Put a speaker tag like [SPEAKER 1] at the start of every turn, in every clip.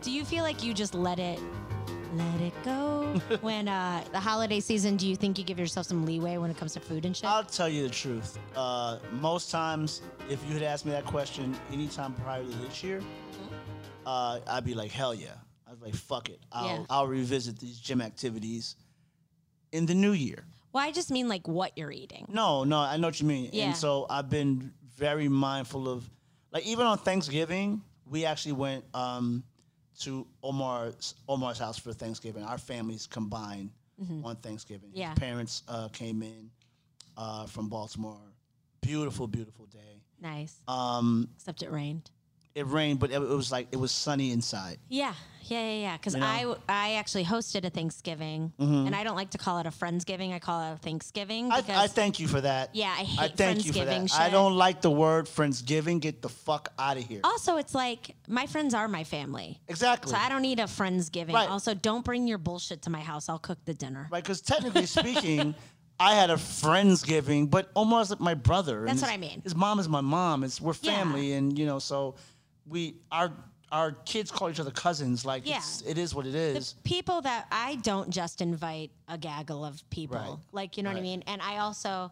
[SPEAKER 1] Do you feel like you just let it let it go when uh, the holiday season? Do you think you give yourself some leeway when it comes to food and shit?
[SPEAKER 2] I'll tell you the truth. Uh, most times, if you had asked me that question anytime prior to this year, uh, I'd be like, hell yeah. I'd be like, fuck it. I'll,
[SPEAKER 1] Yeah.
[SPEAKER 2] I'll revisit these gym activities in the new year.
[SPEAKER 1] well, I just mean like what you're eating.
[SPEAKER 2] No, no, I know what you mean.
[SPEAKER 1] Yeah.
[SPEAKER 2] And so I've been very mindful of, like, even on Thanksgiving, we actually went um, to Omar's Omar's house for Thanksgiving. Our families combined on Thanksgiving.
[SPEAKER 1] Mm-hmm. Yeah.
[SPEAKER 2] His parents uh, came in uh, from Baltimore. Beautiful, beautiful day.
[SPEAKER 1] Nice.
[SPEAKER 2] Um,
[SPEAKER 1] Except it rained.
[SPEAKER 2] it rained, but it, it was like it was sunny inside.
[SPEAKER 1] Yeah, yeah, yeah, yeah. Because
[SPEAKER 2] You know?
[SPEAKER 1] I, I actually hosted a Thanksgiving, and I don't like to call it a friendsgiving. I call it a Thanksgiving
[SPEAKER 2] I,
[SPEAKER 1] because
[SPEAKER 2] I thank you for that.
[SPEAKER 1] yeah, I hate
[SPEAKER 2] I thank you for
[SPEAKER 1] friendsgiving.
[SPEAKER 2] that.
[SPEAKER 1] Shit.
[SPEAKER 2] I don't like the word friendsgiving. Get the fuck out of here.
[SPEAKER 1] Also, it's like my friends are my family.
[SPEAKER 2] exactly.
[SPEAKER 1] So I don't need a friendsgiving.
[SPEAKER 2] Right.
[SPEAKER 1] Also, don't bring your bullshit to my house. I'll cook the dinner.
[SPEAKER 2] Right, because technically speaking, I had a friendsgiving, but Omar's like my brother. and
[SPEAKER 1] That's what
[SPEAKER 2] his-
[SPEAKER 1] I mean.
[SPEAKER 2] His mom is my mom. It's we're
[SPEAKER 1] Yeah.
[SPEAKER 2] family, and you know, so we our our kids call each other cousins. Like
[SPEAKER 1] Yeah.
[SPEAKER 2] it's, it is what it is.
[SPEAKER 1] People that I don't just invite a gaggle of people.
[SPEAKER 2] Right.
[SPEAKER 1] Like you know what I
[SPEAKER 2] Right.
[SPEAKER 1] mean. And I also,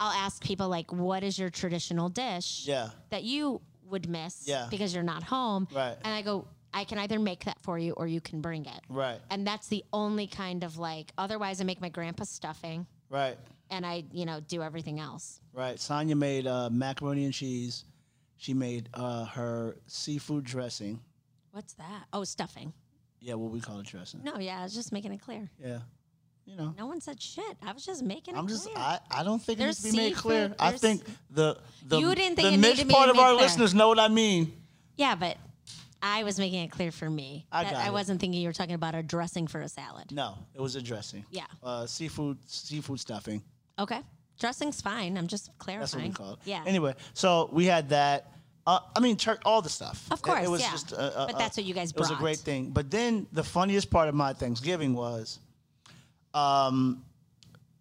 [SPEAKER 1] I'll ask people like, "What is your traditional dish?"
[SPEAKER 2] yeah,
[SPEAKER 1] that you would miss
[SPEAKER 2] Yeah.
[SPEAKER 1] because you're not home.
[SPEAKER 2] Right.
[SPEAKER 1] And I go, I can either make that for you or you can bring it.
[SPEAKER 2] right,
[SPEAKER 1] And that's the only kind of like, otherwise, I make my grandpa's stuffing
[SPEAKER 2] right,
[SPEAKER 1] and I, you know, do everything else.
[SPEAKER 2] right. Sonya made uh, macaroni and cheese. She made uh, her seafood dressing.
[SPEAKER 1] What's that? Oh, stuffing.
[SPEAKER 2] Yeah, what we call it dressing.
[SPEAKER 1] No, yeah, I was just making it clear.
[SPEAKER 2] Yeah, you know.
[SPEAKER 1] No one said shit. I was just making it
[SPEAKER 2] I'm just.
[SPEAKER 1] clear.
[SPEAKER 2] I, I don't think
[SPEAKER 1] There's
[SPEAKER 2] it needs to be made
[SPEAKER 1] seafood,
[SPEAKER 2] clear. I
[SPEAKER 1] there's-
[SPEAKER 2] think the the
[SPEAKER 1] You didn't think
[SPEAKER 2] the
[SPEAKER 1] it needed
[SPEAKER 2] niche
[SPEAKER 1] to be
[SPEAKER 2] part of
[SPEAKER 1] made
[SPEAKER 2] our
[SPEAKER 1] clear.
[SPEAKER 2] listeners know what I mean.
[SPEAKER 1] yeah, but I was making it clear for me.
[SPEAKER 2] I
[SPEAKER 1] that
[SPEAKER 2] got
[SPEAKER 1] I
[SPEAKER 2] it.
[SPEAKER 1] wasn't thinking you were talking about a dressing for a salad.
[SPEAKER 2] No, it was a dressing.
[SPEAKER 1] Yeah.
[SPEAKER 2] Uh, seafood, seafood stuffing.
[SPEAKER 1] Okay. Dressing's fine. I'm just clarifying.
[SPEAKER 2] That's what we call it.
[SPEAKER 1] Yeah.
[SPEAKER 2] Anyway, so we had that. Uh, I mean, tur- all the stuff.
[SPEAKER 1] Of
[SPEAKER 2] It-
[SPEAKER 1] course,
[SPEAKER 2] It, was
[SPEAKER 1] yeah.
[SPEAKER 2] just. uh, Uh,
[SPEAKER 1] But
[SPEAKER 2] uh,
[SPEAKER 1] that's what you guys
[SPEAKER 2] It was a
[SPEAKER 1] brought.
[SPEAKER 2] great thing. But then the funniest part of my Thanksgiving was, um,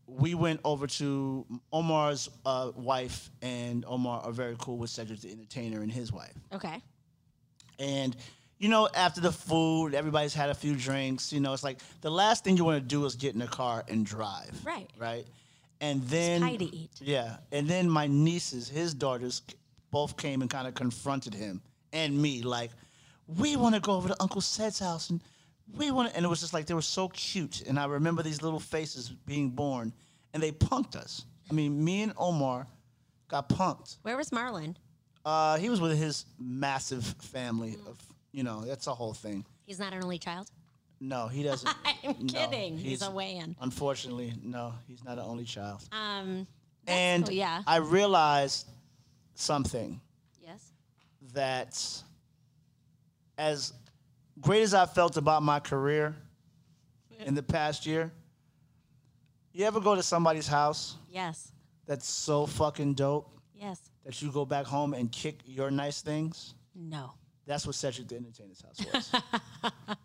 [SPEAKER 2] we went over to Omar's uh, wife, and Omar are very cool with Cedric the Entertainer and his wife.
[SPEAKER 1] Okay.
[SPEAKER 2] And you know, after the food, everybody's had a few drinks. You know, it's like the last thing you want to do is get in a car and drive.
[SPEAKER 1] Right.
[SPEAKER 2] Right. And then
[SPEAKER 1] pie to eat.
[SPEAKER 2] Yeah. And then my nieces, his daughters, both came and kind of confronted him and me, like, we want to go over to Uncle Sed's house and we want to. And it was just like they were so cute. And I remember these little faces being born, and they punked us. I mean, me and Omar got punked.
[SPEAKER 1] Where was Marlon?
[SPEAKER 2] Uh, he was with his massive family of, you know, that's a whole thing.
[SPEAKER 1] He's not an only child?
[SPEAKER 2] No, he doesn't.
[SPEAKER 1] I'm
[SPEAKER 2] No,
[SPEAKER 1] kidding. He's, a weigh-in.
[SPEAKER 2] Unfortunately, no, he's not an only child.
[SPEAKER 1] Um,
[SPEAKER 2] and
[SPEAKER 1] cool, yeah.
[SPEAKER 2] I realized something
[SPEAKER 1] yes.
[SPEAKER 2] that, as great as I felt about my career in the past year, you ever go to somebody's house
[SPEAKER 1] Yes.
[SPEAKER 2] that's so fucking dope
[SPEAKER 1] Yes.
[SPEAKER 2] that you go back home and kick your nice things?
[SPEAKER 1] No.
[SPEAKER 2] That's what Cedric the Entertainer's house was.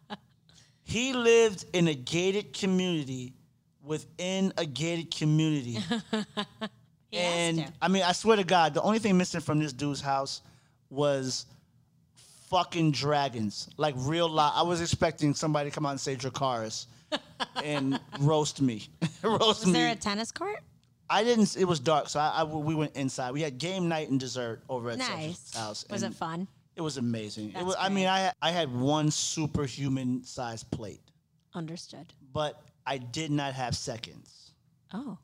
[SPEAKER 2] he lived in a gated community within a gated community.
[SPEAKER 1] He has
[SPEAKER 2] and
[SPEAKER 1] to.
[SPEAKER 2] I mean, I swear to God, the only thing missing from this dude's house was fucking dragons. Like real life. I was expecting somebody to come out and say Dracaris and roast me. roast
[SPEAKER 1] Was
[SPEAKER 2] me.
[SPEAKER 1] there a tennis court?
[SPEAKER 2] I didn't it was dark, so I, I- we went inside. We had game night and dessert over at Cedric's
[SPEAKER 1] Nice.
[SPEAKER 2] house.
[SPEAKER 1] Was
[SPEAKER 2] and-
[SPEAKER 1] it fun?
[SPEAKER 2] it was amazing. It
[SPEAKER 1] That's
[SPEAKER 2] was, I mean,
[SPEAKER 1] great.
[SPEAKER 2] I I had one superhuman sized plate,
[SPEAKER 1] Understood.
[SPEAKER 2] but I did not have seconds.
[SPEAKER 1] Oh.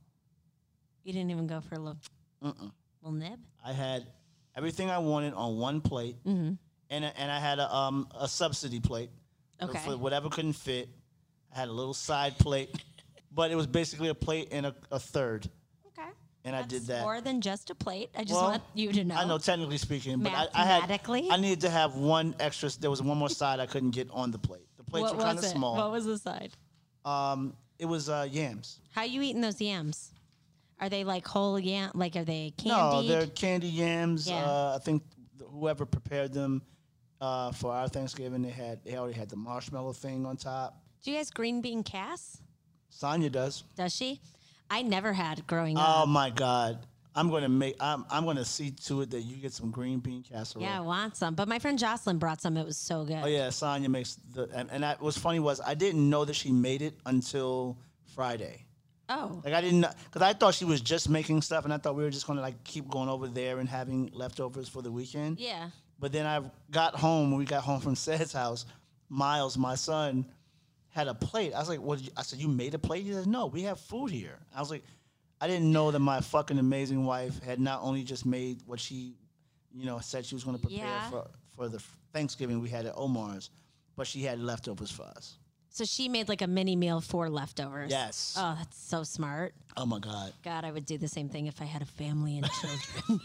[SPEAKER 1] You didn't even go for a little,
[SPEAKER 2] Mm-mm.
[SPEAKER 1] little nib?
[SPEAKER 2] I had everything I wanted on one plate,
[SPEAKER 1] Mm-hmm.
[SPEAKER 2] and I- and I had a um a subsidy plate for-
[SPEAKER 1] Okay.
[SPEAKER 2] for whatever couldn't fit. I had a little side plate, but it was basically a plate and a, a third,
[SPEAKER 1] Okay.
[SPEAKER 2] and I did that.
[SPEAKER 1] More than just a plate. I just
[SPEAKER 2] Well,
[SPEAKER 1] want you to know.
[SPEAKER 2] I know technically speaking, but I, I had
[SPEAKER 1] Mathematically?
[SPEAKER 2] I needed to have one extra. There was one more side I couldn't get on the plate. The plates
[SPEAKER 1] What
[SPEAKER 2] were kind of
[SPEAKER 1] was it? What
[SPEAKER 2] small.
[SPEAKER 1] was the side?
[SPEAKER 2] um, it was uh, yams.
[SPEAKER 1] How you eating those yams? Are they like whole yam? Like are they candied?
[SPEAKER 2] No, they're candy yams.
[SPEAKER 1] Yeah.
[SPEAKER 2] Uh, I think th- whoever prepared them uh, for our Thanksgiving, they had they already had the marshmallow thing on top.
[SPEAKER 1] Do you guys green bean cass?
[SPEAKER 2] Sonya does.
[SPEAKER 1] Does she? I never had growing
[SPEAKER 2] Oh
[SPEAKER 1] up.
[SPEAKER 2] my God, I'm going to make. I'm. I'm going to see to it that you get some green bean casserole.
[SPEAKER 1] Yeah, I want some. But my friend Jocelyn brought some. It was so good.
[SPEAKER 2] Oh yeah, Sonya makes the. And, and that was funny was I didn't know that she made it until Friday.
[SPEAKER 1] Oh.
[SPEAKER 2] Like I didn't, because I thought she was just making stuff, and I thought we were just gonna like keep going over there and having leftovers for the weekend.
[SPEAKER 1] Yeah.
[SPEAKER 2] But then I got home. When we got home from Sed's house, Miles, my son, had a plate. I was like, "What?" did you-" I said, "You made a plate?" He said, "No, we have food here." I was like, "I didn't know that my fucking amazing wife had not only just made what she, you know, said she was gonna prepare
[SPEAKER 1] Yeah.
[SPEAKER 2] for for the Thanksgiving we had at Omar's, but she had leftovers for us."
[SPEAKER 1] So she made like a mini meal for leftovers.
[SPEAKER 2] Yes.
[SPEAKER 1] Oh, that's so smart.
[SPEAKER 2] Oh my god.
[SPEAKER 1] God, I would do the same thing if I had a family and children.